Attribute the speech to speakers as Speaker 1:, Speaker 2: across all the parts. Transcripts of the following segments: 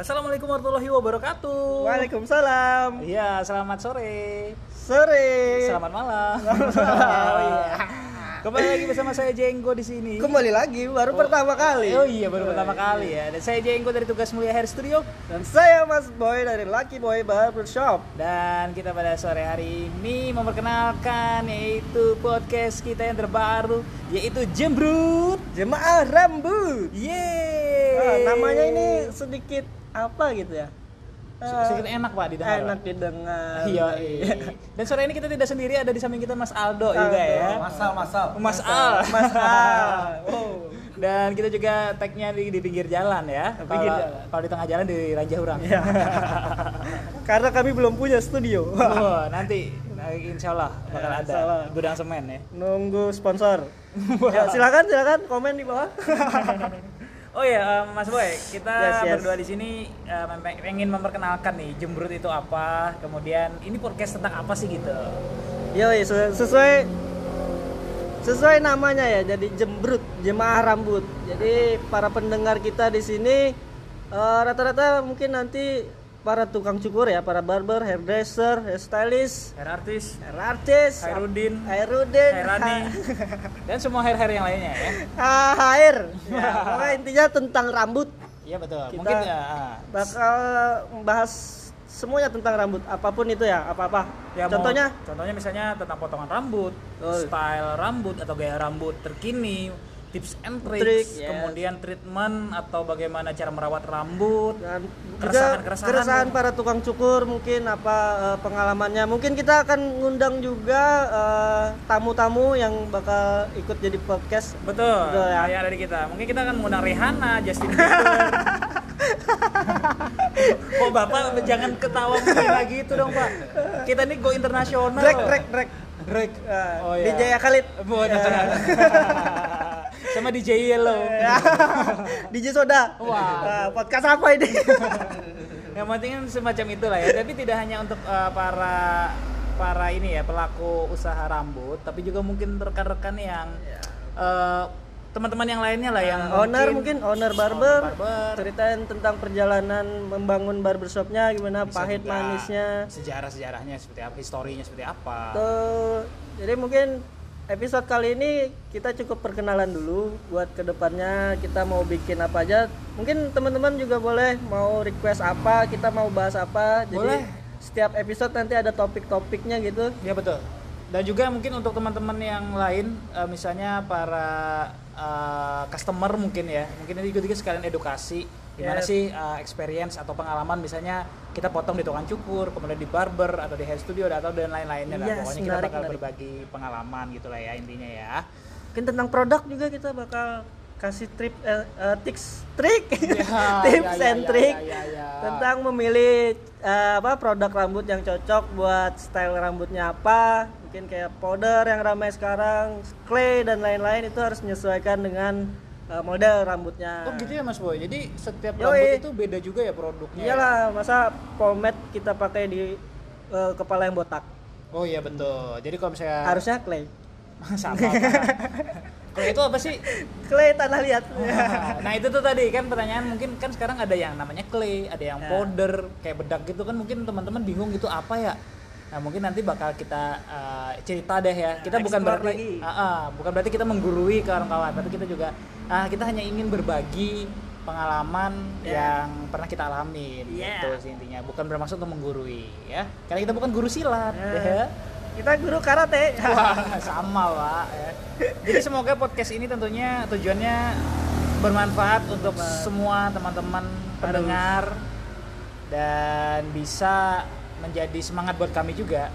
Speaker 1: Assalamualaikum warahmatullahi wabarakatuh.
Speaker 2: Waalaikumsalam.
Speaker 1: Iya, selamat sore.
Speaker 2: Sore.
Speaker 1: Selamat malam.
Speaker 2: malam, Eh. iya.
Speaker 1: Kembali lagi bersama saya Jenggo di sini.
Speaker 2: Kembali lagi baru
Speaker 1: Oh.
Speaker 2: pertama kali.
Speaker 1: Oh iya, baru pertama kali ya. Dan saya Jenggo dari Tugas Mulia Hair Studio.
Speaker 2: Dan saya Mas Boy dari Lucky Boy Barbershop.
Speaker 1: Dan kita pada sore hari ini memperkenalkan yaitu podcast kita yang terbaru yaitu Jembrut.
Speaker 2: Jemaah rambut.
Speaker 1: Yeay.
Speaker 2: Ah, namanya ini sedikit apa gitu ya? Ah,
Speaker 1: sedikit enak Pak didengar. Pak.
Speaker 2: enak didengar.
Speaker 1: Iya. iya. Dan sore ini kita tidak sendiri ada di samping kita Mas Aldo juga
Speaker 2: Aldo.
Speaker 1: ya.
Speaker 3: Masal, masal.
Speaker 1: Mas Al.
Speaker 2: Mas Al. Oh.
Speaker 1: Dan kita juga tagnya di, di pinggir jalan ya.
Speaker 2: Di pinggir
Speaker 1: Kalau
Speaker 2: jalan.
Speaker 1: kalau di tengah jalan di ranjau orang.
Speaker 2: Iya. Karena kami belum punya studio.
Speaker 1: Wah, nanti nah, insya Allah bakal
Speaker 2: Ya,
Speaker 1: ada
Speaker 2: insya Allah.
Speaker 1: gudang semen ya.
Speaker 2: Nunggu sponsor. ya, silakan silakan komen di bawah.
Speaker 1: Oh ya, Mas Boy, kita
Speaker 2: Yes, yes.
Speaker 1: berdua di sini eh, mem- ingin memperkenalkan nih Jembrut itu apa, kemudian ini podcast tentang apa sih gitu.
Speaker 2: Yoi, sesu- sesuai sesuai namanya ya. Jadi jembrut, jemaah rambut. Jadi para pendengar kita di sini eh, rata-rata mungkin nanti para tukang cukur ya, para barber, hairdresser, hairstylist,
Speaker 1: Hair artist,
Speaker 2: hair artist,
Speaker 1: Hairudin,
Speaker 2: Hairudin,
Speaker 1: Hairani, dan semua hair-hair yang lainnya ya.
Speaker 2: ha- HR. Ya, pokoknya intinya tentang rambut.
Speaker 1: Iya betul.
Speaker 2: Kita-
Speaker 1: Mungkin ya, ah.
Speaker 2: Bakal membahas semuanya tentang rambut, apapun itu ya, apa-apa.
Speaker 1: Ya, mau-
Speaker 2: Contohnya
Speaker 1: contohnya misalnya tentang potongan rambut,
Speaker 2: Oh.
Speaker 1: style rambut atau gaya rambut terkini, tips and tricks,
Speaker 2: Trik, yes.
Speaker 1: kemudian treatment atau bagaimana cara merawat rambut.
Speaker 2: dan
Speaker 1: Keresahan-
Speaker 2: juga
Speaker 1: keresahan.
Speaker 2: keresahan para tukang cukur mungkin apa eh, pengalamannya mungkin kita akan ngundang juga eh, tamu-tamu yang bakal ikut jadi podcast
Speaker 1: Betul.
Speaker 2: Betul, ya.
Speaker 1: Yang ada di kita. Mungkin kita akan mengundang Rihanna, Justin Bieber. Kok Bapak jangan ketawa lagi itu dong, Pak. Kita nih go internasional.
Speaker 2: Drek Drek Drek
Speaker 1: Drake.
Speaker 2: Eh,
Speaker 1: Oh, iya.
Speaker 2: DJ Khalid
Speaker 1: Buat
Speaker 2: Iya.
Speaker 1: Sama DJ Yellow.
Speaker 2: Ya. DJ Soda
Speaker 1: Wah.
Speaker 2: Eh, podcast apa ini
Speaker 1: yang penting kan semacam itulah ya tapi tidak hanya untuk eh, para para ini ya pelaku usaha rambut tapi juga mungkin rekan-rekan yang eh, teman-teman yang lainnya lah yang
Speaker 2: Iya. owner mungkin owner barber,
Speaker 1: owner barber.
Speaker 2: ceritain tentang perjalanan membangun barbershopnya gimana
Speaker 1: bisa
Speaker 2: pahit
Speaker 1: juga
Speaker 2: manisnya
Speaker 1: sejarah-sejarahnya seperti apa historinya seperti apa
Speaker 2: Tuh, jadi mungkin episode kali ini kita cukup perkenalan dulu buat kedepannya kita mau bikin apa aja. Mungkin teman-teman juga boleh mau request apa, kita mau bahas apa. Jadi
Speaker 1: Boleh.
Speaker 2: setiap episode nanti ada topik-topiknya gitu.
Speaker 1: ya betul dan juga mungkin untuk teman-teman yang lain eh, misalnya para eh, customer mungkin ya mungkin ini juga sekalian edukasi gimana
Speaker 2: Yes.
Speaker 1: sih eh, experience atau pengalaman misalnya kita potong di tukang cukur kemudian di barber atau di hair studio atau dan lain-lainnya lah.
Speaker 2: Yes,
Speaker 1: pokoknya kita
Speaker 2: Iya, menarik,
Speaker 1: bakal
Speaker 2: menarik.
Speaker 1: berbagi pengalaman gitulah ya intinya ya
Speaker 2: Mungkin tentang produk juga kita bakal kasih trip eh, eh, tips trik
Speaker 1: Ya,
Speaker 2: tips
Speaker 1: ya, ya,
Speaker 2: and
Speaker 1: ya,
Speaker 2: trick
Speaker 1: ya, ya, ya.
Speaker 2: tentang memilih eh, apa produk rambut yang cocok buat style rambutnya apa mungkin kayak powder yang ramai sekarang clay dan lain-lain itu harus menyesuaikan dengan eh, model rambutnya
Speaker 1: oh gitu ya mas boy jadi setiap
Speaker 2: Yoi. Iya.
Speaker 1: rambut itu beda juga ya produknya ya?
Speaker 2: iyalah masa pomade kita pakai di eh, kepala yang botak
Speaker 1: oh iya betul jadi kalau misalnya
Speaker 2: harusnya clay
Speaker 1: sama Pak. kalau itu apa sih
Speaker 2: clay tanah liat
Speaker 1: nah itu tuh tadi kan pertanyaan mungkin kan sekarang ada yang namanya clay, ada yang
Speaker 2: Ya.
Speaker 1: powder kayak bedak gitu kan mungkin teman-teman bingung gitu apa ya. Nah mungkin nanti bakal kita uh, cerita deh ya. Kita bukan
Speaker 2: explore
Speaker 1: berarti
Speaker 2: lagi.
Speaker 1: Ah, ah, bukan berarti kita menggurui ke kawan-kawan, tapi kita juga ah, kita hanya ingin berbagi pengalaman
Speaker 2: Ya.
Speaker 1: yang pernah kita alamin
Speaker 2: Ya.
Speaker 1: gitu sih intinya. Bukan bermaksud untuk menggurui ya. Karena kita bukan guru silat
Speaker 2: Ya.
Speaker 1: ya.
Speaker 2: kita guru karate
Speaker 1: Wah, sama pak. ya. Jadi semoga podcast ini tentunya tujuannya bermanfaat untuk semua teman-teman pendengar dan bisa menjadi semangat buat kami juga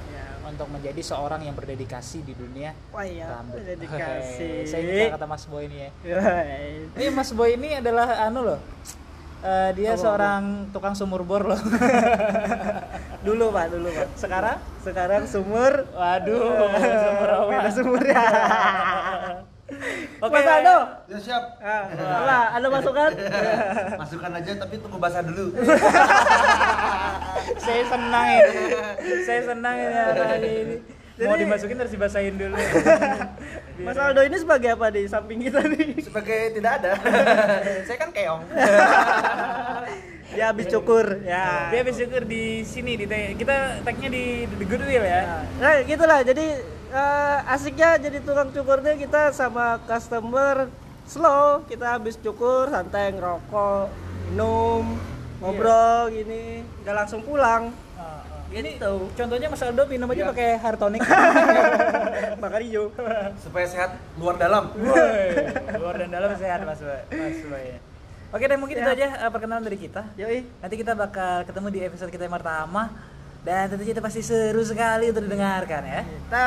Speaker 2: Ya.
Speaker 1: untuk menjadi seorang yang berdedikasi di dunia
Speaker 2: Wah ya,
Speaker 1: rambut.
Speaker 2: dedikasi.
Speaker 1: Hei, Saya ingat kata Mas Boy ini ya.
Speaker 2: Yoi.
Speaker 1: Ini Mas Boy ini adalah anu loh. eh, dia
Speaker 2: Apa, apa?
Speaker 1: seorang tukang sumur bor loh.
Speaker 2: Dulu pak, dulu pak.
Speaker 1: Sekarang?
Speaker 2: Sekarang sumur.
Speaker 1: Waduh, sumur apa?
Speaker 2: Eh, Beda sumur ya.
Speaker 1: Oke.
Speaker 2: Oke. Mas Aldo.
Speaker 3: Ya siap.
Speaker 2: Ah, Lah, ada masukan?
Speaker 3: Masukkan aja tapi tunggu basah dulu.
Speaker 1: saya senang ini saya senang ini hari ini mau
Speaker 2: Jadi-
Speaker 1: dimasukin harus dibasahin dulu
Speaker 2: Mas Aldo ini sebagai apa di samping kita nih?
Speaker 3: Sebagai tidak ada. Saya kan keong.
Speaker 2: dia habis cukur ya
Speaker 1: Dia habis syukur di sini di tag- kita tagnya di The Goodwill ya.
Speaker 2: nah gitulah jadi eh, asiknya jadi tukang cukurnya kita sama customer slow kita habis cukur santai ngerokok minum
Speaker 1: Iya.
Speaker 2: ngobrol gini udah langsung pulang
Speaker 1: Ah, ah. Ini
Speaker 2: gitu Iya.
Speaker 1: contohnya Mas Aldo minum aja pakai hartonic.
Speaker 2: bakar hijau
Speaker 3: supaya sehat luar dalam.
Speaker 1: Woi, luar dan dalam sehat Mas Boy. Mas Boy. ya. Oke deh mungkin itu
Speaker 2: Sehat.
Speaker 1: aja eh, perkenalan dari kita.
Speaker 2: yoi
Speaker 1: Nanti kita bakal ketemu di episode kita yang pertama dan tentunya itu pasti seru sekali untuk didengarkan ya.
Speaker 2: kita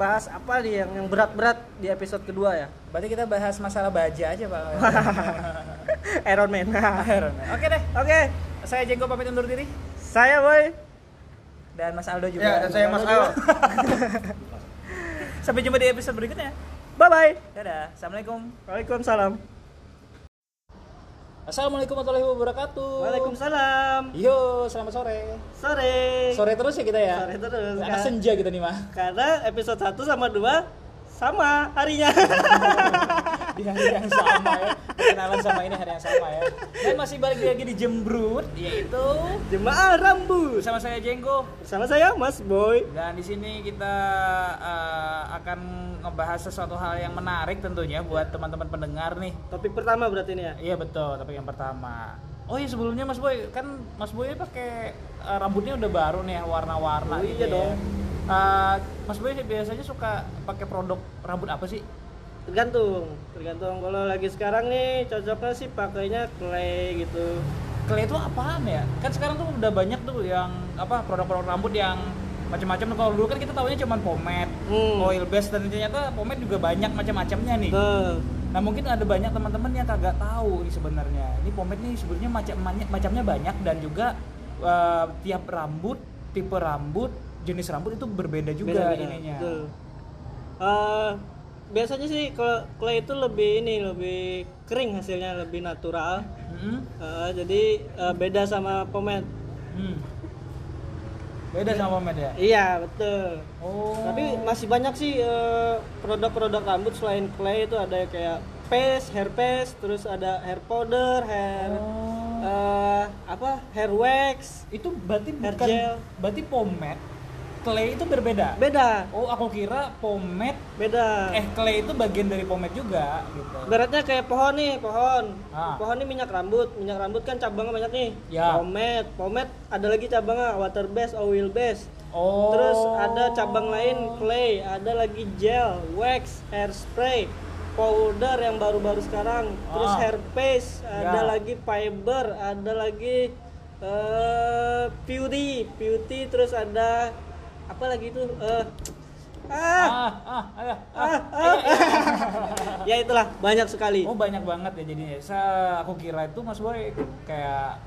Speaker 2: bahas apa nih yang yang berat-berat di episode kedua ya
Speaker 1: Berarti kita bahas masalah baja aja Pak.
Speaker 2: Iron Man oke
Speaker 1: Iron Man. Oke deh, saya Jenggo pamit undur diri
Speaker 2: saya boy
Speaker 1: dan Mas Aldo juga.
Speaker 3: Ya, dan saya Mas Al.
Speaker 1: Sampai jumpa di episode berikutnya.
Speaker 2: bye bye
Speaker 1: Dadah. Assalamualaikum.
Speaker 2: Waalaikumsalam
Speaker 1: Assalamualaikum warahmatullahi wabarakatuh.
Speaker 2: Waalaikumsalam
Speaker 1: Yo, selamat sore.
Speaker 2: sore
Speaker 1: Sore terus ya kita ya.
Speaker 2: Sore terus,
Speaker 1: Anak
Speaker 2: Kak.
Speaker 1: senja kita nih mah.
Speaker 2: karena episode 1 sama 2 sama harinya
Speaker 1: Di hari yang sama ya. Kenalan sama ini hari yang sama ya. Dan masih balik lagi di Jembrut yaitu
Speaker 2: jemaah rambut
Speaker 1: bersama saya Jenggo.
Speaker 2: sama saya Mas Boy
Speaker 1: Dan di sini kita eh, akan ngebahas sesuatu hal yang menarik tentunya buat teman-teman pendengar nih.
Speaker 2: topik pertama berarti ini ya
Speaker 1: Iya betul, tapi yang pertama. Oh iya sebelumnya Mas Boy, kan Mas Boy pakai eh, rambutnya udah baru nih ya, warna-warna
Speaker 2: Oh,
Speaker 1: gitu
Speaker 2: iya
Speaker 1: ya.
Speaker 2: dong.
Speaker 1: Eh, Mas Boy biasanya suka pakai produk rambut apa sih?
Speaker 2: tergantung tergantung kalau lagi sekarang nih cocoknya sih pakainya clay gitu
Speaker 1: Clay itu apaan ya? Kan sekarang tuh udah banyak tuh yang apa produk-produk rambut yang macam-macam tuh. kalau dulu kan kita tahunya cuman pomade,
Speaker 2: Hmm.
Speaker 1: oil base dan ternyata pomade juga banyak macam-macamnya nih.
Speaker 2: Tuh.
Speaker 1: Nah mungkin ada banyak teman-teman yang kagak tahu nih sebenarnya. Ini pomade nih sebenarnya macam macamnya banyak dan juga eh, tiap rambut, tipe rambut, jenis rambut itu berbeda juga
Speaker 2: Beda-beda,
Speaker 1: ininya.
Speaker 2: betul. Eh, biasanya sih kalau clay itu lebih ini lebih kering hasilnya lebih natural
Speaker 1: Mm-mm.
Speaker 2: Eh, jadi eh, beda sama pomade
Speaker 1: Hmm. Beda sama pomade ya.
Speaker 2: iya betul
Speaker 1: Oh.
Speaker 2: tapi masih banyak sih eh, produk-produk rambut selain clay itu ada kayak paste hair paste terus ada hair powder hair
Speaker 1: Oh.
Speaker 2: eh, apa hair wax
Speaker 1: itu berarti
Speaker 2: Hair
Speaker 1: bukan
Speaker 2: gel.
Speaker 1: berarti pomade clay itu berbeda.
Speaker 2: beda
Speaker 1: Oh, aku kira pomade
Speaker 2: beda
Speaker 1: eh clay itu bagian dari pomade juga gitu.
Speaker 2: Ibaratnya kayak pohon nih, pohon.
Speaker 1: Ah.
Speaker 2: Pohon nih minyak rambut. Minyak rambut kan cabangnya banyak nih.
Speaker 1: Ya.
Speaker 2: Pomade, pomade ada lagi cabangnya water base, oil base.
Speaker 1: Oh.
Speaker 2: Terus ada cabang lain clay, ada lagi gel, wax, hairspray, powder yang baru-baru sekarang. Terus
Speaker 1: Ah.
Speaker 2: hair paste, ada
Speaker 1: Ya.
Speaker 2: lagi fiber, ada lagi eh beauty, beauty terus ada apa lagi itu eh ah,
Speaker 1: Ah, ah, ah, ah.
Speaker 2: ya itulah banyak sekali.
Speaker 1: Oh banyak banget ya jadinya. Sa- aku kira itu Mas Boy kayak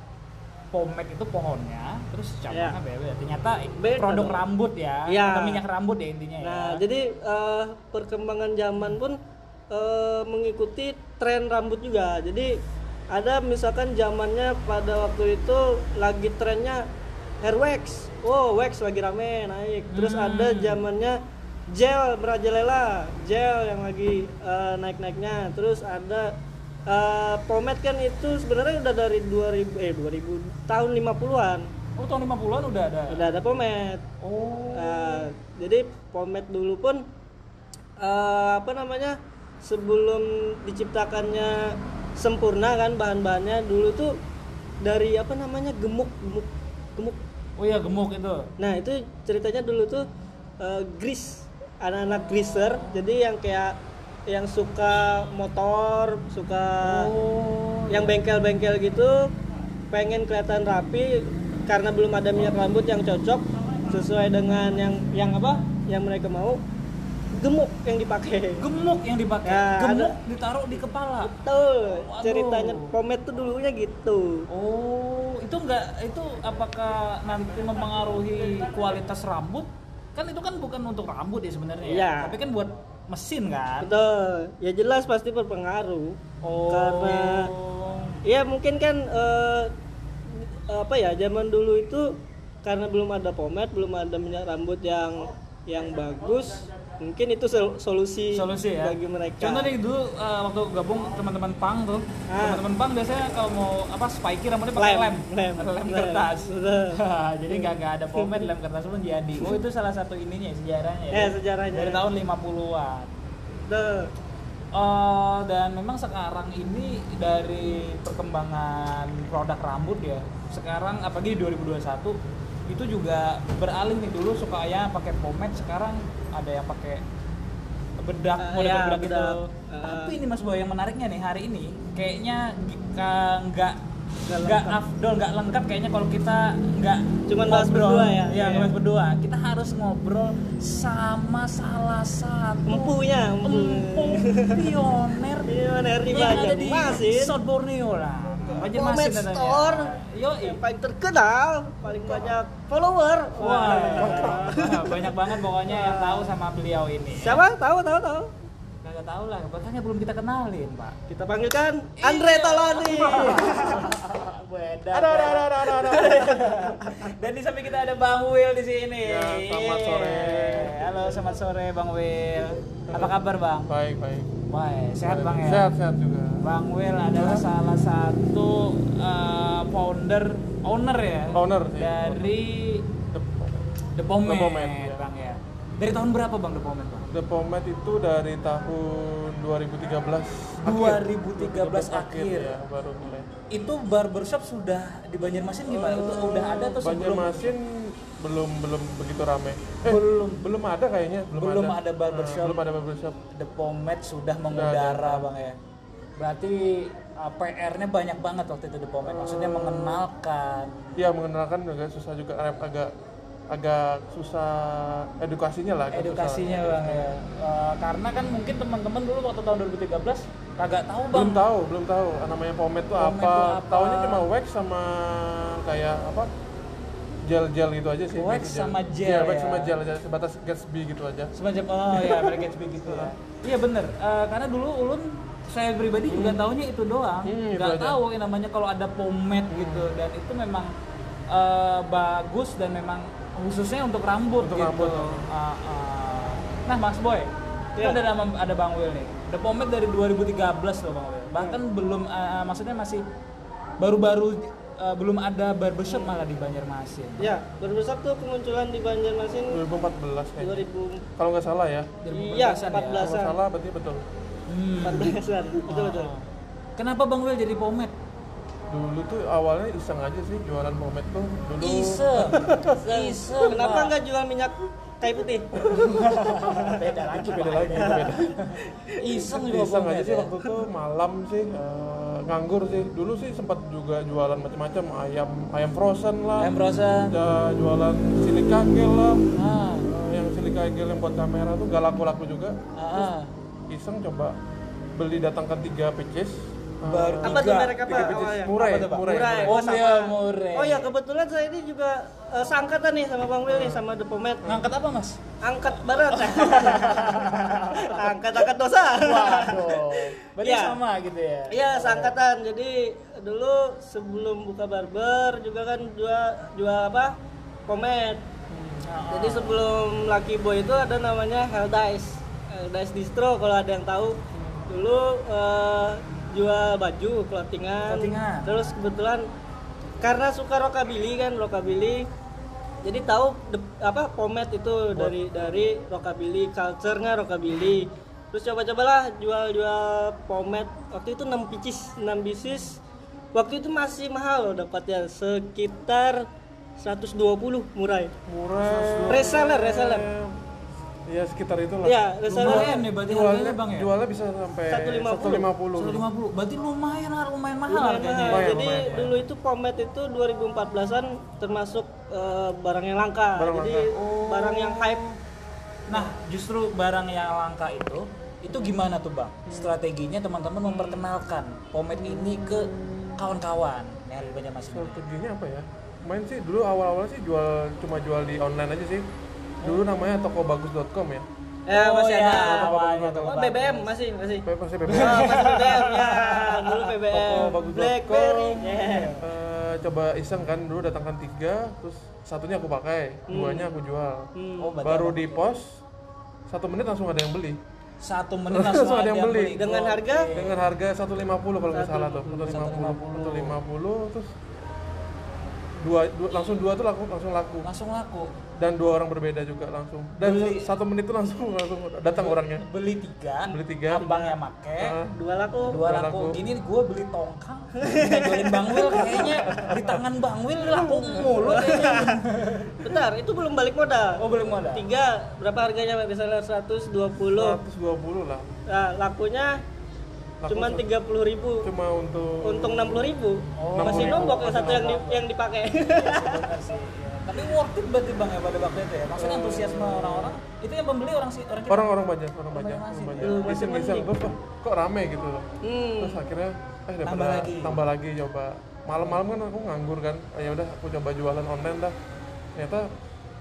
Speaker 1: pomade itu pohonnya, terus cabangnya beda. Ternyata
Speaker 2: Iya. Beda
Speaker 1: produk
Speaker 2: dong.
Speaker 1: rambut ya,
Speaker 2: Iya.
Speaker 1: atau minyak rambut ya intinya
Speaker 2: Nah,
Speaker 1: ya.
Speaker 2: jadi eh, perkembangan zaman pun eh, mengikuti tren rambut juga. Jadi ada misalkan zamannya pada waktu itu lagi trennya hair wax. Oh, wax lagi rame naik. Terus
Speaker 1: Hmm.
Speaker 2: ada zamannya gel merajalela, gel yang lagi eh, naik-naiknya. Terus ada eh, pomade kan itu sebenarnya udah dari 2000 eh 2000 tahun 50-an.
Speaker 1: Oh tahun 50-an udah ada.
Speaker 2: Udah ada pomade.
Speaker 1: Oh.
Speaker 2: Nah, jadi pomade dulu pun eh, apa namanya sebelum diciptakannya sempurna kan bahan-bahannya dulu tuh dari apa namanya gemuk gemuk gemuk.
Speaker 1: Oh iya gemuk itu.
Speaker 2: Nah itu ceritanya dulu tuh eh, grease anak-anak greaser jadi yang kayak yang suka motor suka
Speaker 1: Oh.
Speaker 2: yang bengkel-bengkel gitu pengen kelihatan rapi karena belum ada minyak rambut yang cocok sesuai dengan yang yang apa yang mereka mau gemuk yang dipakai
Speaker 1: Gemuk yang dipakai.
Speaker 2: Ya,
Speaker 1: gemuk
Speaker 2: ada-
Speaker 1: ditaruh di kepala.
Speaker 2: betul
Speaker 1: Waduh.
Speaker 2: ceritanya pomade tuh dulunya gitu
Speaker 1: Oh, itu enggak itu apakah nanti mempengaruhi kualitas rambut? Kan itu kan bukan untuk rambut ya sebenarnya. ya.
Speaker 2: Iya.
Speaker 1: Tapi kan buat mesin kan.
Speaker 2: betul ya jelas pasti berpengaruh
Speaker 1: Oh.
Speaker 2: Karena- ya mungkin kan eh, apa ya zaman dulu itu karena belum ada pomade belum ada minyak rambut yang yang bagus mungkin itu sol- solusi,
Speaker 1: solusi ya
Speaker 2: bagi mereka
Speaker 1: contoh nih dulu eh, waktu gabung teman-teman pang tuh
Speaker 2: Ah.
Speaker 1: teman-teman pang biasanya kalau mau apa spiky rambutnya pakai lem
Speaker 2: lem,
Speaker 1: lem
Speaker 2: lem.
Speaker 1: kertas
Speaker 2: Betul.
Speaker 1: jadi nggak nggak ada pomade lem kertas pun jadi oh itu salah satu ininya sejarahnya ya.
Speaker 2: Eh, sejarahnya.
Speaker 1: dari tahun 50-an
Speaker 2: Betul.
Speaker 1: Eh, dan memang sekarang ini dari perkembangan produk rambut ya sekarang apalagi di 2021 itu juga beralih nih dulu suka ya pakai pomade sekarang ada yang pakai bedak
Speaker 2: Ah,
Speaker 1: model
Speaker 2: iya,
Speaker 1: bedak,
Speaker 2: bedak.
Speaker 1: itu
Speaker 2: Ah.
Speaker 1: tapi ini mas boy yang menariknya nih hari ini kayaknya jika nggak
Speaker 2: Nggak
Speaker 1: nggak
Speaker 2: lengkap.
Speaker 1: afdol nggak lengkap kayaknya kalau kita nggak
Speaker 2: Cuman bahas
Speaker 1: ngobrol.
Speaker 2: berdua ya?
Speaker 1: Iya,
Speaker 2: Iya.
Speaker 1: bahas berdua kita harus ngobrol sama salah satu
Speaker 2: Empunya, empu. Iya,
Speaker 1: empu pioner
Speaker 2: Ini mana Herdi
Speaker 1: yang ada
Speaker 2: Bajan?
Speaker 1: di
Speaker 2: Masin.
Speaker 1: South Borneo lah Banjarmasin
Speaker 2: Comment
Speaker 1: katanya.
Speaker 2: store.
Speaker 1: Yoi.
Speaker 2: Yang paling terkenal, paling banyak follower.
Speaker 1: Wah, banyak banget pokoknya yang tahu sama beliau ini.
Speaker 2: Siapa? Tahu, tahu, tahu.
Speaker 1: Gak tahu lah, makanya belum kita kenalin, Pak.
Speaker 2: Kita panggilkan
Speaker 1: Iya.
Speaker 2: Andre Talani.
Speaker 1: Beda. Ada, ada, ada, ada, ada. Dan di samping kita ada Bang Will di sini.
Speaker 4: Ya, selamat sore.
Speaker 1: Halo, selamat sore Bang Will. Apa kabar, Bang?
Speaker 4: Baik, baik.
Speaker 1: Wah, sehat Bang ya?
Speaker 4: Sehat, sehat juga.
Speaker 1: Bang Will adalah salah satu eh, founder owner ya
Speaker 4: Owner sih.
Speaker 1: dari
Speaker 4: The,
Speaker 1: The Pomade,
Speaker 4: The Pomade, ya.
Speaker 1: Bang ya. Dari tahun berapa Bang The Pomade Bang?
Speaker 4: The Pomade itu dari tahun 2013
Speaker 1: 2013 akhir.
Speaker 4: ya, baru mulai.
Speaker 1: Itu barbershop sudah di Banjarmasin gimana? Itu udah ada atau sebelum?
Speaker 4: Banjarmasin belum belum begitu rame.
Speaker 1: Eh.
Speaker 4: Eh,
Speaker 1: Belum.
Speaker 4: belum ada kayaknya, belum,
Speaker 1: Belum
Speaker 4: ada.
Speaker 1: ada barbershop.
Speaker 4: Nah, belum ada barbershop.
Speaker 1: The Pomade sudah mengudara Bang ya. Berarti PR-nya banyak banget waktu itu The Pomade. Maksudnya mengenalkan
Speaker 4: Ya mengenalkan juga susah juga agak agak, agak susah edukasinya lah. agak susah.
Speaker 1: edukasinya Bang ya. Eh, karena kan mungkin teman-teman dulu waktu tahun 2013 kagak tahu Bang
Speaker 4: belum tahu belum tahu Ah, namanya pomade itu
Speaker 1: Pomade
Speaker 4: apa,
Speaker 1: tuh apa.
Speaker 4: tahunya cuma wax sama kayak apa gel gel gitu aja sih
Speaker 1: Wax
Speaker 4: biasa
Speaker 1: sama gel
Speaker 4: Iya, wax
Speaker 1: ya.
Speaker 4: sama gel aja sebatas Gatsby gitu aja
Speaker 1: semacam oh ya Barry Gatsby gitu ya iya bener Eh, karena dulu ulun saya pribadi juga taunya itu doang
Speaker 4: Hmm, itu
Speaker 1: nggak
Speaker 4: aja.
Speaker 1: tahu yang namanya kalau ada pomade gitu dan itu memang eh, bagus dan memang khususnya untuk rambut
Speaker 4: Untuk
Speaker 1: gitu
Speaker 4: rambut.
Speaker 1: Ah, ah. nah Mas Boy kan
Speaker 2: Iya.
Speaker 1: ada nama- ada Bang Will nih The pomade dari 2013 loh Bang
Speaker 4: Iya.
Speaker 1: Will bahkan belum eh, maksudnya masih baru-baru eh, belum ada barbershop malah di Banjarmasin
Speaker 2: ya,
Speaker 4: Iya,
Speaker 2: berbesar tuh kemunculan di Banjarmasin
Speaker 4: 2014 kayaknya
Speaker 2: 2000
Speaker 4: kalau nggak salah ya
Speaker 2: Iya,
Speaker 1: 2014-an ya?
Speaker 2: 14-an.
Speaker 4: kalau nggak salah berarti betul
Speaker 1: Hmm.
Speaker 2: 14-an. Betul, betul.
Speaker 1: Ah. Kenapa Bang Will jadi pomade?
Speaker 4: dulu tuh awalnya iseng aja sih jualan pomade tuh dulu
Speaker 1: Iseng. Iseng.
Speaker 2: Kenapa
Speaker 1: Pak.
Speaker 2: nggak jual minyak kayu putih?
Speaker 1: beda lagi,
Speaker 4: beda lagi itu beda
Speaker 1: Iseng juga
Speaker 4: iseng aja
Speaker 1: pomade.
Speaker 4: sih
Speaker 1: ya?
Speaker 4: waktu itu malam sih eh, nganggur sih dulu sih sempat juga jualan macam-macam ayam ayam frozen lah
Speaker 1: Ayam rosan.
Speaker 4: ada jualan silika gel lah
Speaker 1: Ah.
Speaker 4: Eh, yang silika gel yang buat kamera tuh gak laku-laku juga
Speaker 1: Ah.
Speaker 4: iseng coba beli datang ke tiga pieces Eh,
Speaker 1: Baru
Speaker 2: Apa tuh
Speaker 1: Tiga.
Speaker 2: merek apa
Speaker 4: Tiga pieces.
Speaker 2: awalnya?
Speaker 4: Murai,
Speaker 1: Apa tuh, Pak?
Speaker 4: murai,
Speaker 2: Murai.
Speaker 4: murai.
Speaker 1: Oh,
Speaker 2: Sama.
Speaker 1: iya, murai.
Speaker 2: Oh ya, kebetulan saya ini juga eh, seangkatan nih sama Bang Will nih sama The Pomet.
Speaker 1: Ngangkat apa, Mas?
Speaker 2: Angkat berat. angkat angkat dosa.
Speaker 1: Waduh. Berarti
Speaker 2: Iya.
Speaker 1: sama gitu ya.
Speaker 2: Iya, seangkatan. Jadi dulu sebelum buka barber juga kan jual jual apa? Pomet. Jadi sebelum Lucky Boy itu ada namanya Helldice. Helldice Distro kalau ada yang tahu. Dulu eh, jual baju, clothingan.
Speaker 1: Clothingan.
Speaker 2: Terus kebetulan karena suka rockabilly kan, rockabilly. Jadi tahu de- apa pomet itu dari dari rockabilly, culture-nya rockabilly. Terus coba-cobalah jual-jual pomet. Waktu itu 6 pieces, 6 pieces. Waktu itu masih mahal loh dapatnya sekitar 120 murai.
Speaker 4: murai
Speaker 2: Reseller, reseller.
Speaker 4: ya sekitar itulah
Speaker 2: Ya, reseller.
Speaker 1: Lumayan nih berarti
Speaker 4: jualnya
Speaker 1: harganya, Bang ya?
Speaker 4: jualnya bisa sampai
Speaker 2: 150.
Speaker 4: 150
Speaker 1: 150. Berarti lumayan har- lumayan mahal
Speaker 2: Lumayan
Speaker 1: harganya. ya?
Speaker 2: mahal.
Speaker 4: Lumayan,
Speaker 2: Jadi
Speaker 4: lumayan, lumayan.
Speaker 2: dulu itu pomet itu 2014-an termasuk eh, barang yang langka.
Speaker 4: Barang
Speaker 2: Jadi Oh.
Speaker 4: langka.
Speaker 2: barang yang hype.
Speaker 1: Nah, justru barang yang langka itu itu gimana tuh, Bang? Strateginya teman-teman memperkenalkan pomade ini ke kawan-kawan. Nih, di Banjarmasin.
Speaker 4: strateginya apa ya main sih dulu awal-awal sih jual cuma jual di online aja sih dulu namanya tokobagus.com ya
Speaker 2: Ya,
Speaker 1: Oh,
Speaker 2: masih
Speaker 1: ya,
Speaker 2: ada.
Speaker 1: awalnya tuh,
Speaker 2: Oh,
Speaker 1: Bang.
Speaker 2: BBM masih, masih.
Speaker 4: Pe- masih
Speaker 2: Oh,
Speaker 4: PBB.
Speaker 2: masih BBM ya. Dulu BBM.
Speaker 4: Tokobagus.com.
Speaker 2: Blackberry. Ya.
Speaker 4: Eh, coba iseng kan dulu datangkan tiga terus satunya aku pakai duanya aku jual
Speaker 2: Hmm.
Speaker 1: Oh, berarti
Speaker 4: baru
Speaker 1: apa?
Speaker 4: di post satu menit langsung ada yang beli
Speaker 1: Satu menit langsung ada yang beli.
Speaker 2: Dengan
Speaker 1: Oke.
Speaker 2: harga?
Speaker 4: dengan harga 150 kalau nggak salah tuh 150 150 terus dua, dua langsung dua tuh laku langsung laku
Speaker 1: langsung laku.
Speaker 4: dan dua orang berbeda juga langsung dan satu menit tuh langsung langsung datang orangnya Ah,
Speaker 1: Beli tiga,
Speaker 4: Beli tiga.
Speaker 1: abangnya make,
Speaker 4: Heeh.
Speaker 2: Dua laku.
Speaker 1: dua
Speaker 4: Dua
Speaker 1: laku.
Speaker 4: laku.
Speaker 1: Gini gue beli tongkang, jualin Bang Wil kayaknya di tangan Bang Wil laku mulu kayaknya.
Speaker 2: Bentar, itu belum balik modal.
Speaker 1: Oh belum ada.
Speaker 2: Tiga, berapa harganya Pak? Misalnya 120.
Speaker 4: 120 lah
Speaker 2: Nah, lakunya
Speaker 4: Laku
Speaker 2: cuman
Speaker 4: se-
Speaker 2: 30 ribu.
Speaker 4: cuma untuk
Speaker 2: Untung 60 ribu.
Speaker 1: Oh,
Speaker 2: Masih
Speaker 4: 60.000.
Speaker 2: nombok yang satu yang, di-
Speaker 1: Nombok.
Speaker 2: yang dipakai.
Speaker 1: Benar sih, iya. Tapi worth it berarti bang ya pada waktu itu ya. Maksudnya antusiasme orang-orang itu yang pembeli orang sih orang kita.
Speaker 4: orang-orang banyak orang banyak
Speaker 1: Banyak
Speaker 4: orang
Speaker 1: masih.
Speaker 4: banyak
Speaker 2: Lu masih
Speaker 4: iseng iseng
Speaker 2: mending.
Speaker 4: "Loh, kok- kok rame gitu loh
Speaker 2: Hmm.
Speaker 4: terus akhirnya eh daripada
Speaker 1: Tambah
Speaker 4: tambah
Speaker 1: lagi.
Speaker 4: lagi coba malam-malam kan aku nganggur kan ah, ya udah aku coba jualan online dah ternyata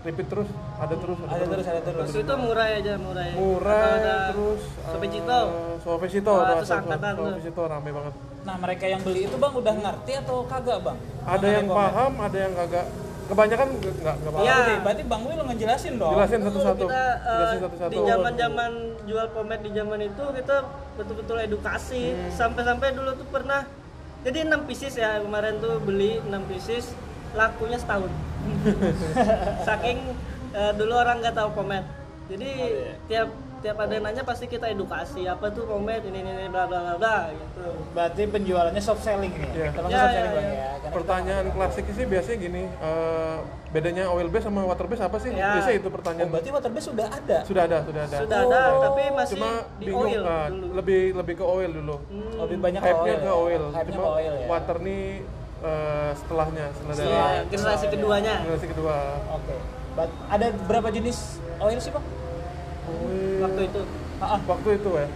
Speaker 4: repeat terus ada terus
Speaker 1: Ada terus ada terus.
Speaker 2: Terus itu murah aja, murah ya. Atau ada
Speaker 4: murah terus
Speaker 2: Sopi
Speaker 4: eh,
Speaker 2: Cito.
Speaker 4: Sopi Cito,
Speaker 2: Wah,
Speaker 4: ada
Speaker 2: terus angkatan tuh.
Speaker 4: Sopi Cito rame banget
Speaker 1: Nah mereka yang beli itu bang udah ngerti atau kagak bang?
Speaker 4: ada yang paham ada yang kagak kebanyakan nggak nggak nggak paham
Speaker 2: Iya.
Speaker 1: Iya. Berarti bang Wil ngejelasin dong.
Speaker 4: jelasin
Speaker 2: Dulu
Speaker 4: satu-satu
Speaker 2: Kita eh,
Speaker 4: jelasin satu-satu
Speaker 2: di zaman-zaman jual pomed di zaman itu kita betul-betul edukasi
Speaker 4: Hmm.
Speaker 2: sampai-sampai dulu tuh pernah jadi 6 pieces ya kemarin tuh beli 6 pieces lakunya setahun. Saking eh, dulu orang nggak tahu pomed. Jadi
Speaker 4: Oh, iya.
Speaker 2: tiap tiap ada yang nanya pasti kita edukasi apa tuh pomed ini ini, ini bla bla bla bla gitu.
Speaker 1: Berarti penjualannya soft selling ini. Ya.
Speaker 4: Iya.
Speaker 1: Kalau
Speaker 2: Iya,
Speaker 1: soft
Speaker 2: iya,
Speaker 1: selling bang
Speaker 2: iya.
Speaker 1: ya. Karena
Speaker 4: pertanyaan klasik sih biasanya gini eh, bedanya oil base sama water base apa sih
Speaker 2: Ya.
Speaker 4: biasanya itu
Speaker 1: Oh,
Speaker 4: pertanyaan
Speaker 1: berarti waterbase sudah ada.
Speaker 4: sudah ada sudah ada
Speaker 2: Sudah ada
Speaker 1: Oh.
Speaker 2: tapi masih
Speaker 4: cuma
Speaker 2: di
Speaker 4: bingung
Speaker 2: oil
Speaker 4: ah,
Speaker 2: dulu. Hmm.
Speaker 4: lebih lebih ke oil dulu
Speaker 1: Oh, Lebih banyak ke
Speaker 4: hype-nya
Speaker 1: oil.
Speaker 4: ke oil
Speaker 1: Hype-nya
Speaker 4: cuma
Speaker 1: ke oil ya.
Speaker 4: water nih eh, setelahnya setelah dari
Speaker 2: Iya, generasi keduanya.
Speaker 4: generasi kedua
Speaker 1: Oke. Ba- Ada berapa jenis oil sih bang? Oh,
Speaker 4: Oil.
Speaker 2: Waktu itu
Speaker 1: Ah, ah.
Speaker 4: waktu itu ya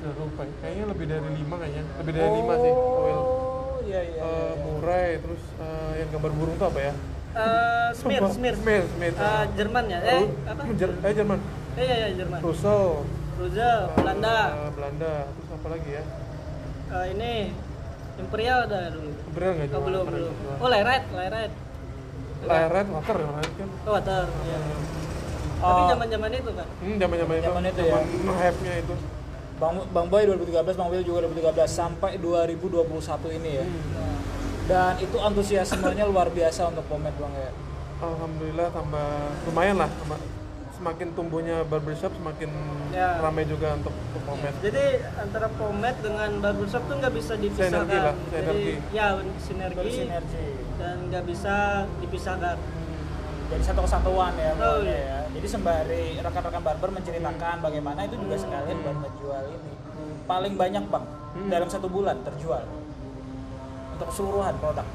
Speaker 4: sudah lupa ya. kayaknya lebih dari lima kayaknya lebih dari lima sih oil
Speaker 1: Oh iya iya. iya,
Speaker 4: Eh,
Speaker 1: iya.
Speaker 4: murai terus eh, yang gambar burung tuh apa ya
Speaker 2: eh, smear
Speaker 4: Sumpah,
Speaker 2: smear
Speaker 4: smear, smear.
Speaker 2: Eh, Jerman ya eh
Speaker 4: Ru-
Speaker 2: apa
Speaker 4: Jer- eh Jerman
Speaker 2: Eh, iya, iya, Jerman.
Speaker 4: Russell
Speaker 2: Rudel, Belanda.
Speaker 4: Eh, Belanda terus apa lagi ya
Speaker 2: Eh, ini Imperial ada dulu.
Speaker 4: Imperial nggak
Speaker 2: Oh,
Speaker 4: jual
Speaker 2: belum,
Speaker 4: Imperial
Speaker 2: belum.
Speaker 4: nggak jual.
Speaker 2: Oh, Leret, Leret.
Speaker 4: Layaran water ya Layaran kan
Speaker 2: Oh, Water. Iya. Tapi
Speaker 1: Oh.
Speaker 2: zaman-zaman itu kan.
Speaker 4: hmm zaman zaman itu
Speaker 1: Zaman itu ya.
Speaker 4: zaman hype nya itu
Speaker 1: Bang Bang Boy 2013, Bang Will juga 2013 sampai 2021 ini ya.
Speaker 2: Hmm.
Speaker 1: Dan itu antusiasmenya luar biasa untuk pomed Bang ya.
Speaker 4: alhamdulillah tambah lumayan lah tambah- semakin tumbuhnya barbershop semakin
Speaker 2: Ya. Iya.
Speaker 4: ramai juga untuk untuk komen
Speaker 2: Jadi antara pomade dengan barbershop tuh nggak bisa dipisahkan.
Speaker 4: Sinergi lah,
Speaker 2: Jadi
Speaker 4: sinergi.
Speaker 2: ya sinergi
Speaker 1: Bersinergi.
Speaker 2: dan nggak bisa dipisahkan.
Speaker 1: Jadi satu kesatuan ya, Bang
Speaker 2: Oh,
Speaker 1: Wil,
Speaker 2: iya.
Speaker 1: ya. Jadi sembari rekan-rekan barber menceritakan bagaimana itu juga sekalian baru ngejual ini. Paling banyak Bang
Speaker 2: Hmm.
Speaker 1: dalam satu bulan terjual untuk keseluruhan produk.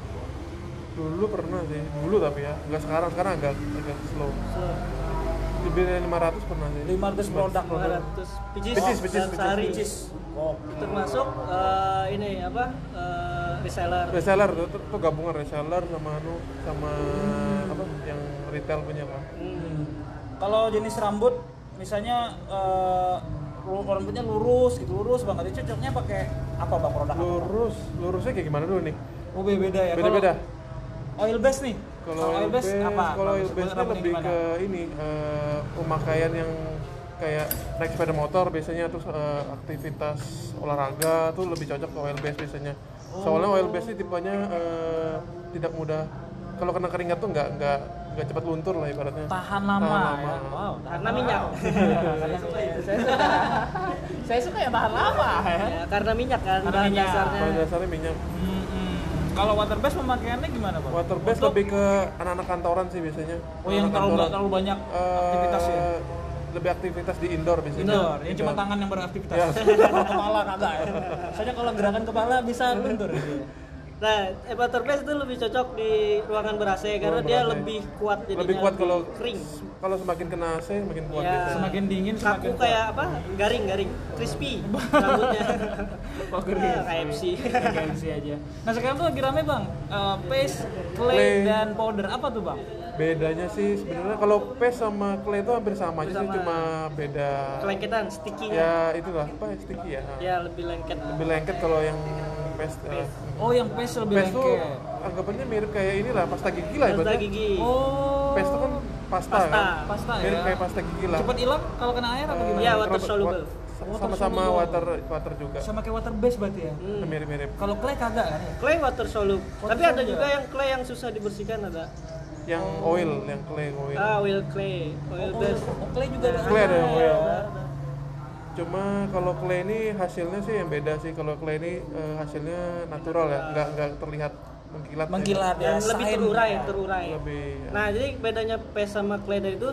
Speaker 4: dulu pernah sih dulu tapi ya nggak sekarang sekarang agak agak slow
Speaker 2: So,
Speaker 4: lebih dari 500 pernah sih
Speaker 1: 500 produk,
Speaker 2: 200 pieces,
Speaker 4: Pieces, pieces,
Speaker 2: dalam sehari.
Speaker 1: Which is oh,
Speaker 2: Termasuk eh, ini apa? eh, reseller.
Speaker 4: reseller tuh, tuh, tuh gabungan reseller sama anu sama apa yang retail punya kan
Speaker 1: Kalau jenis rambut, misalnya eh, lu- rambutnya lurus gitu, lurus banget. Itu cocoknya pakai apa bang produk? apa?
Speaker 4: lurus lurusnya kayak gimana dulu nih
Speaker 1: Oh beda beda ya.
Speaker 4: beda beda
Speaker 1: Kalau Oil base Oh, nih.
Speaker 4: Kalau oil base, kalau oil base itu lebih ke ini eh, pemakaian yang kayak naik sepeda motor biasanya terus eh, aktivitas olahraga tuh lebih cocok ke oil base biasanya. Soalnya oil base ini tipenya eh, tidak mudah kalau kena keringat tuh nggak nggak nggak cepat luntur lah ibaratnya.
Speaker 1: tahan lama,
Speaker 4: Tahan
Speaker 1: ya.
Speaker 4: lama.
Speaker 1: Wow. tahan
Speaker 2: Karena
Speaker 1: lama.
Speaker 2: minyak.
Speaker 1: Saya suka ya. Saya suka. Saya suka yang tahan lama. ya.
Speaker 2: Ya, karena minyak kan
Speaker 1: Karena
Speaker 2: bahan
Speaker 1: minyak.
Speaker 2: dasarnya.
Speaker 4: Bahan dasarnya minyak.
Speaker 1: Mm-mm. Kalau water base pemakaiannya gimana bang?
Speaker 4: Water base
Speaker 1: Untuk-
Speaker 4: lebih ke anak-anak kantoran sih biasanya.
Speaker 1: Oh yang
Speaker 4: Anak
Speaker 1: terlalu nggak
Speaker 4: kantoran.
Speaker 1: terlalu banyak
Speaker 4: Eh,
Speaker 1: aktivitas ya?
Speaker 4: Lebih aktivitas di indoor biasanya.
Speaker 1: Indoor, yang cuma tangan yang beraktivitas.
Speaker 4: Iya.
Speaker 1: Kalau kepala kagak ya. Soalnya kalau gerakan kepala bisa luntur gitu ya.
Speaker 2: Nah, evaporator base itu lebih cocok di ruangan ber-AC karena
Speaker 4: Ruangan
Speaker 2: dia
Speaker 4: ber-AC.
Speaker 2: lebih kuat jadinya.
Speaker 4: lebih kuat kalau
Speaker 2: kering.
Speaker 4: kalau semakin kena AC semakin kuat
Speaker 1: Iya.
Speaker 4: gitu.
Speaker 2: Ya.
Speaker 4: biasanya.
Speaker 1: Semakin dingin
Speaker 2: Kaku
Speaker 1: semakin kuat.
Speaker 2: kayak apa? Garing-garing, crispy rambutnya.
Speaker 1: Oh,
Speaker 2: Ah, KFC.
Speaker 1: KFC Iya. aja. Nah sekarang tuh lagi rame bang, Eh, paste, clay,
Speaker 4: Clay.
Speaker 1: dan powder apa tuh bang?
Speaker 4: bedanya sih sebenarnya kalau paste sama clay itu hampir sama aja sih cuma beda
Speaker 2: Kelengketan, sticky-nya.
Speaker 4: ya itulah apa ya, sticky ya
Speaker 1: Iya.
Speaker 2: Ya. lebih lengket.
Speaker 4: lebih lengket kalau yang paste eh,
Speaker 1: Oh yang paste lebih
Speaker 4: paste tuh
Speaker 1: lengket.
Speaker 4: anggapannya mirip kayak inilah pasta gigi lah
Speaker 2: Pasta
Speaker 4: ibaratnya
Speaker 2: gigi.
Speaker 1: Oh.
Speaker 4: paste tuh kan pasta,
Speaker 2: Pasta.
Speaker 4: kan
Speaker 1: Pasta,
Speaker 4: mirip
Speaker 1: ya.
Speaker 4: kayak pasta gigi lah
Speaker 1: Cepat hilang kalau kena air apa
Speaker 4: Eh,
Speaker 1: gimana?
Speaker 2: Iya, water
Speaker 4: terus-
Speaker 2: soluble.
Speaker 1: Water
Speaker 4: sama-sama
Speaker 1: soluble.
Speaker 4: water water juga
Speaker 1: Sama kayak water base berarti ya.
Speaker 4: mirip-mirip
Speaker 1: Kalau clay kagak kan ya?
Speaker 2: Clay water soluble.
Speaker 1: Water
Speaker 2: Tapi ada
Speaker 1: soluble.
Speaker 2: juga yang clay yang susah dibersihkan ada.
Speaker 4: yang oil yang clay oil
Speaker 2: Ah, oil clay, oil base.
Speaker 1: Oh, clay juga ada.
Speaker 4: Clay ada yang oil. Cuma kalau clay ini hasilnya sih yang beda sih. Kalau clay ini eh, hasilnya natural ya, nggak nggak terlihat mengkilat. ya.
Speaker 1: Mengkilat ya.
Speaker 2: Dan lebih
Speaker 1: sain.
Speaker 2: terurai, terurai.
Speaker 4: Lebih.
Speaker 2: Nah, jadi bedanya pes sama clay dari itu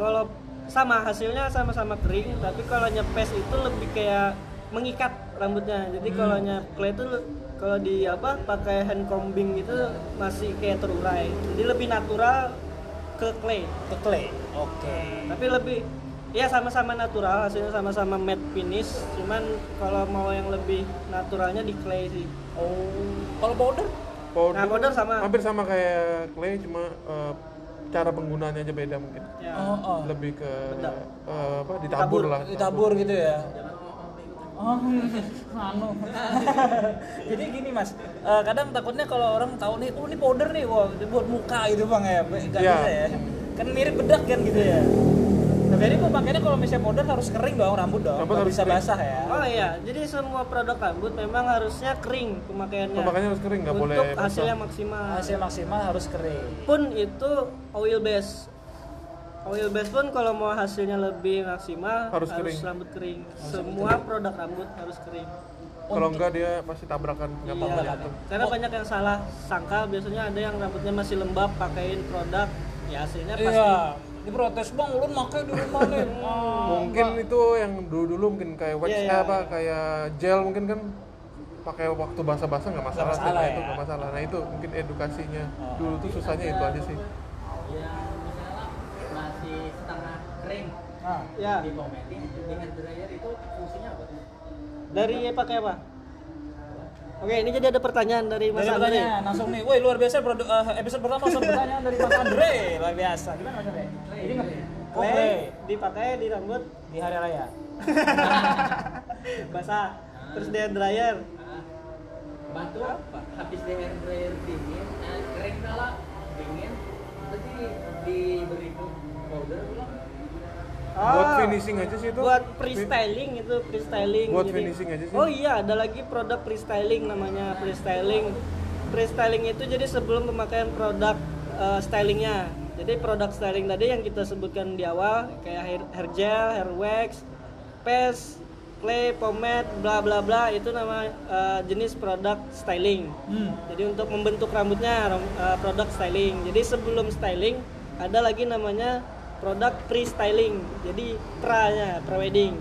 Speaker 2: kalau sama hasilnya sama-sama kering, tapi kalau nyepes itu lebih kayak mengikat rambutnya. Jadi
Speaker 1: Hmm.
Speaker 2: kalau nyep clay itu le- kalau di apa pakai hand combing itu masih kayak terurai. Jadi lebih natural ke clay.
Speaker 1: Ke clay. Oke.
Speaker 2: Tapi lebih ya sama-sama natural, hasilnya sama-sama matte finish, cuman kalau mau yang lebih naturalnya di clay sih.
Speaker 1: Oh. Kalau powder?
Speaker 4: eh, Powder,
Speaker 2: Nah, powder sama.
Speaker 4: Hampir sama kayak clay, cuma eh, cara penggunaannya aja beda mungkin.
Speaker 2: Ya.
Speaker 1: Oh, oh.
Speaker 4: Lebih ke
Speaker 2: Bedak.
Speaker 4: eh, apa? Ditabur lah.
Speaker 1: Ditabur gitu ya. Oh, anu. Jadi gini mas, eh, kadang takutnya kalau orang tahu nih, oh ini powder nih, wah itu buat muka gitu bang ya, gak
Speaker 4: Iya.
Speaker 1: bisa ya. Kan mirip bedak kan gitu ya. Nah, jadi pemakaiannya kalau misalnya powder harus kering dong rambut dong,
Speaker 4: Rambut
Speaker 1: nggak
Speaker 4: harus
Speaker 1: bisa
Speaker 4: kering.
Speaker 1: basah ya.
Speaker 2: Oh iya, jadi semua produk rambut memang harusnya kering pemakaiannya.
Speaker 4: Pemakaiannya harus kering, nggak
Speaker 2: Untuk
Speaker 4: boleh basah.
Speaker 2: hasil yang maksimal.
Speaker 1: Hasil maksimal harus kering.
Speaker 2: Pun itu oil base. Oil base pun kalau mau hasilnya lebih maksimal
Speaker 4: Harus kering.
Speaker 2: rambut kering. semua produk rambut harus kering.
Speaker 4: Kalau enggak dia pasti tabrakan, nggak apa-apa Oh.
Speaker 1: Iya.
Speaker 4: jatuh.
Speaker 2: Karena banyak yang salah sangka biasanya ada yang rambutnya masih lembab pakaiin produk ya hasilnya pasti
Speaker 1: Iya, diprotes bang, ulun makai di rumah nih. Ah,
Speaker 4: Mungkin itu yang dulu-dulu mungkin kayak wax
Speaker 2: Iya, iya.
Speaker 4: apa kayak gel mungkin kan pakai waktu basah-basah nggak masalah, sih,
Speaker 1: masalah
Speaker 4: nah, itu
Speaker 1: ya.
Speaker 4: nggak masalah. Nah itu mungkin edukasinya
Speaker 2: Ah.
Speaker 4: dulu tuh susahnya itu aja sih.
Speaker 1: ah.
Speaker 2: ya Dari pakai apa? Oke, ini jadi ada pertanyaan dari Mas
Speaker 1: Dari
Speaker 2: Andre.
Speaker 1: pertanyaan langsung nih, woi luar biasa produk, eh, episode pertama langsung pertanyaan dari Mas Andre, luar biasa. Gimana Mas Andre? Jadi ngerti? Oke,
Speaker 2: Clay dipakai di rambut
Speaker 1: di hari raya.
Speaker 2: basah terus di hand dryer
Speaker 5: Ah. batu apa habis di hair dryer dingin eh, kering kalau dingin berarti diberi powder ulang
Speaker 4: Buat
Speaker 2: Ah,
Speaker 4: finishing aja sih itu.
Speaker 2: buat freestyling itu freestyling
Speaker 4: Buat finishing aja sih.
Speaker 2: oh iya ada lagi produk freestyling namanya freestyling freestyling itu jadi sebelum pemakaian produk eh, stylingnya jadi produk styling tadi yang kita sebutkan di awal kayak hair, hair gel hair wax paste clay pomade bla bla bla itu nama eh, jenis produk styling Jadi untuk membentuk rambutnya ram- eh, produk styling. Jadi sebelum styling ada lagi namanya produk pre styling. Jadi pra-nya, pre wedding.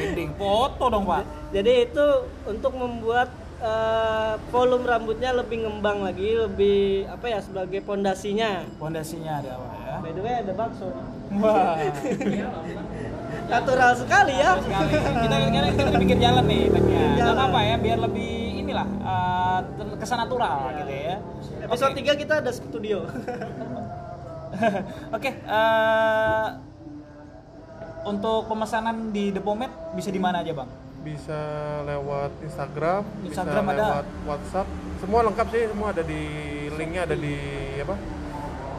Speaker 1: Wedding foto dong pak.
Speaker 2: Jadi itu untuk membuat eh, volume rambutnya lebih ngembang lagi, lebih apa ya sebagai pondasinya.
Speaker 1: Pondasinya ada pak ya.
Speaker 2: By the way ada bakso.
Speaker 1: Wah.
Speaker 2: Natural sekali ya.
Speaker 1: Sekali. Kita kita kita di pinggir jalan nih tagnya. Gak
Speaker 2: Pinggir jalan.
Speaker 1: apa ya, biar lebih inilah eh, ter- kesan natural gitu ya.
Speaker 2: Episode
Speaker 1: Oke.
Speaker 2: 3 kita ada studio.
Speaker 1: Oke, eh, untuk pemesanan di The Pomet bisa di mana aja bang?
Speaker 4: Bisa lewat Instagram,
Speaker 1: Instagram
Speaker 4: bisa
Speaker 1: ada.
Speaker 4: lewat WhatsApp. Semua lengkap sih, semua ada di linknya ada di apa?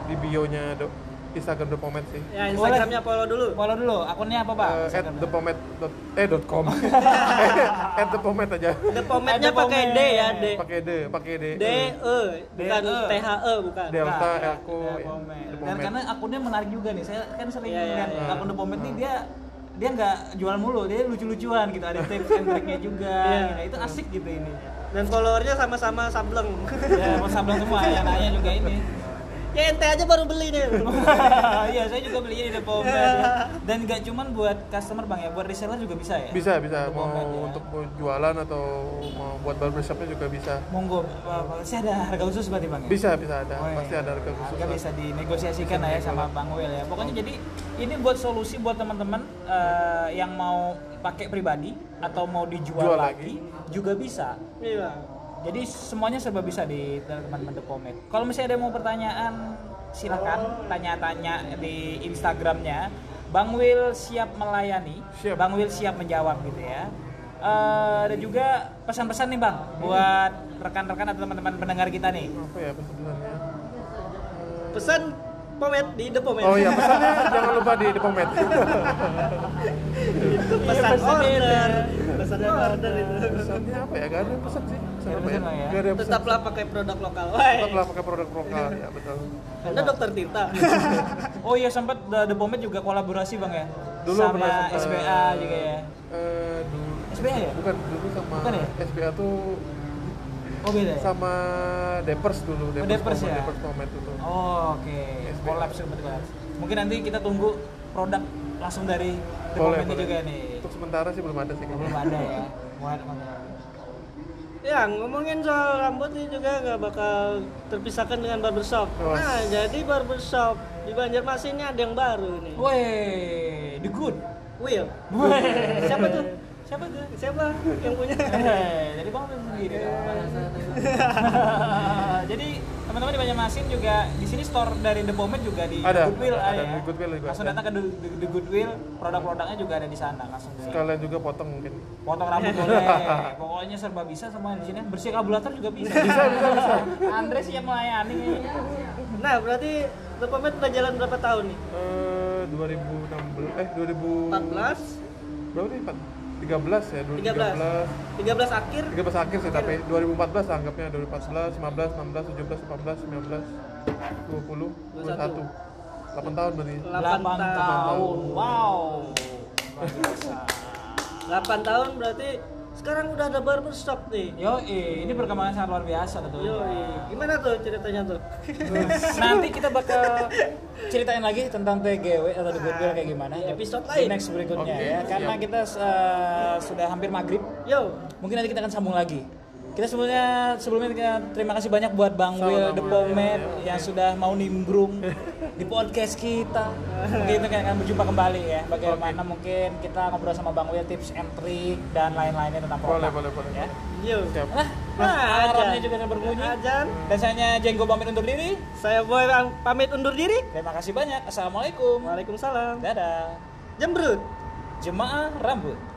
Speaker 4: Di bio-nya do- Instagram The Pomet sih.
Speaker 2: ya Instagramnya follow dulu.
Speaker 1: Follow dulu akunnya apa bang?
Speaker 4: Eh, at
Speaker 1: Instagramnya.
Speaker 4: thepomet dot- eh dot com at thepomet aja
Speaker 2: The pomade-nya
Speaker 1: Ada
Speaker 2: pakai D
Speaker 1: pomade.
Speaker 2: ya, D.
Speaker 4: pakai d pakai d
Speaker 2: D E bukan
Speaker 1: DE.
Speaker 2: T H E bukan.
Speaker 4: delta
Speaker 1: Nah,
Speaker 4: elko
Speaker 1: The Pomet.
Speaker 4: ya. The
Speaker 1: Dan
Speaker 4: Pomet. Hmm.
Speaker 1: karena akunnya menarik juga nih. Saya kan sering
Speaker 2: Iya, iya,
Speaker 1: lihat
Speaker 2: iya.
Speaker 1: akun The Pomet nih dia dia nggak jual mulu, dia lucu-lucuan gitu. Ada tips and triknya juga.
Speaker 2: Iya.
Speaker 1: Nah, itu asik gitu ini.
Speaker 2: dan followernya sama-sama sableng
Speaker 1: Ya, mau sablon semua yang nanya juga ini.
Speaker 2: ya ente aja baru beli nih
Speaker 1: Iya, saya juga belinya di The Pomet. ya. Dan nggak cuman buat customer bang ya, buat reseller juga bisa ya.
Speaker 4: bisa bisa
Speaker 1: The
Speaker 4: mau
Speaker 1: Pomet, ya.
Speaker 4: untuk mau jualan atau mau buat barbershopnya juga bisa
Speaker 1: Monggo, Pak. Pasti ada harga khusus berarti bang ya?
Speaker 4: bisa bisa ada
Speaker 1: Oh, iya.
Speaker 4: pasti ada harga khusus Iya,
Speaker 1: Harga bisa dinegosiasikan lah ya sama Bang Wil ya. Pokoknya jadi ini buat solusi buat teman-teman eh, yang mau pakai pribadi atau mau dijual
Speaker 4: Jual
Speaker 1: lagi, juga bisa.
Speaker 2: iya
Speaker 1: Jadi semuanya serba bisa di teman-teman The Pomet. Kalau misalnya ada yang mau pertanyaan silahkan tanya-tanya di Instagramnya. Bang Wil siap melayani,
Speaker 4: Siap.
Speaker 1: Bang Wil siap menjawab gitu ya. Eh, ada juga pesan-pesan nih Bang buat
Speaker 4: ya
Speaker 1: rekan-rekan atau teman-teman pendengar kita nih.
Speaker 4: apa ya pesannya
Speaker 2: pesan pomade di The Pomade.
Speaker 4: Oh iya, pesannya jangan lupa di depan med.
Speaker 2: Iya, pesan order, pesan order itu.
Speaker 4: Pesannya apa ya? Gak ada pesan sih. Pesan
Speaker 1: Gak ada
Speaker 4: apa ya?
Speaker 1: pesan lah ya.
Speaker 4: Gak ada pesan.
Speaker 2: Tetaplah pakai produk lokal. Woi.
Speaker 4: Tetaplah pakai produk lokal. Ya betul.
Speaker 2: Anda dokter Tirta.
Speaker 1: Oh iya sempat The, The Pomade juga kolaborasi bang ya.
Speaker 4: Dulu pernah
Speaker 1: sama
Speaker 4: sempat.
Speaker 1: SBA juga ya.
Speaker 4: Eh, dulu
Speaker 1: SBA ya?
Speaker 4: bukan dulu sama
Speaker 1: Bukan ya?
Speaker 4: SBA tuh
Speaker 1: Oh beda ya?
Speaker 4: sama Depers dulu. Depers,
Speaker 1: Depers
Speaker 4: Comet,
Speaker 1: ya?
Speaker 4: Depers Comet dulu.
Speaker 1: Oh, oke.
Speaker 4: SBA.
Speaker 1: Collab seperti collab. Mungkin nanti kita tunggu produk langsung dari The
Speaker 4: Boleh,
Speaker 1: Pomade
Speaker 4: boleh.
Speaker 1: juga nih.
Speaker 4: Untuk sementara sih belum ada sih.
Speaker 1: Belum ada ya. Wah, teman-teman.
Speaker 2: Ya, ngomongin soal rambut ini juga nggak bakal terpisahkan dengan barbershop.
Speaker 4: Awas.
Speaker 2: Nah, jadi barbershop di Banjarmasin ini ada yang baru nih.
Speaker 1: Weh, the good.
Speaker 2: Will.
Speaker 1: Weh.
Speaker 2: Siapa tuh?
Speaker 1: Siapa tuh?
Speaker 2: Siapa yang punya?
Speaker 1: Eh, jadi bang Bem sendiri. jadi teman-teman di Banjarmasin juga di sini store dari The Pomade juga di
Speaker 4: Ada,
Speaker 1: Goodwill
Speaker 4: ada
Speaker 1: ya.
Speaker 4: di Goodwill juga
Speaker 1: Langsung
Speaker 4: ada.
Speaker 1: datang ke The, The- The Goodwill, produk-produknya juga ada di sana langsung. Di
Speaker 4: Sekalian juga potong mungkin.
Speaker 1: potong rambut boleh pokoknya serba bisa semua di sini bersih kabulator juga bisa bisa bisa bisa Andre sih yang melayani
Speaker 2: Nah, berarti The Pomade udah jalan berapa tahun nih?
Speaker 4: Eh, 2016 eh 2000
Speaker 2: 14,
Speaker 4: berapa nih?
Speaker 2: 13.
Speaker 4: 13 ya 2013
Speaker 2: 13 akhir.
Speaker 4: 13 akhir sih tapi 2014 lah anggapnya 2014, 15, 16, 17, 18, 19, 20, 21. 8 tahun berarti.
Speaker 2: 8
Speaker 1: 8 tahun wow Luar biasa.
Speaker 2: 8 tahun berarti sekarang udah ada barbershop nih.
Speaker 1: Yoi, ini perkembangan sangat luar biasa
Speaker 2: Yo,
Speaker 1: tentunya.
Speaker 2: gimana tuh ceritanya tuh?
Speaker 1: Nanti kita bakal ceritain lagi tentang TGW atau The Good Girl kayak gimana
Speaker 2: Di episode
Speaker 1: Di
Speaker 2: lain.
Speaker 1: next berikutnya
Speaker 4: Iya, Oke,
Speaker 1: ya. Karena
Speaker 4: siap.
Speaker 1: kita eh, sudah hampir maghrib,
Speaker 2: Yo,
Speaker 1: mungkin nanti kita akan sambung lagi. Kita sebelumnya sebelumnya kita terima kasih banyak buat Bang Will The
Speaker 4: iya,
Speaker 1: Pomade yang sudah mau nimbrung di podcast kita. Mungkin kita akan berjumpa kembali ya. Bagaimana mungkin kita ngobrol sama Bang Will tips and trick dan lain-lainnya tentang
Speaker 4: Boleh,
Speaker 1: produk.
Speaker 4: boleh, boleh.
Speaker 1: Ya.
Speaker 2: yo.
Speaker 4: Siap.
Speaker 1: Nah,
Speaker 2: Nah,
Speaker 1: alarmnya
Speaker 2: ajan.
Speaker 1: juga sudah berbunyi.
Speaker 2: Ajan,
Speaker 1: Dan saya Jenggo pamit undur diri.
Speaker 2: saya boy Bang, pamit undur diri.
Speaker 1: Terima kasih banyak. Assalamualaikum.
Speaker 2: Waalaikumsalam.
Speaker 1: Dadah.
Speaker 2: Jembrut.
Speaker 1: Jemaah rambut.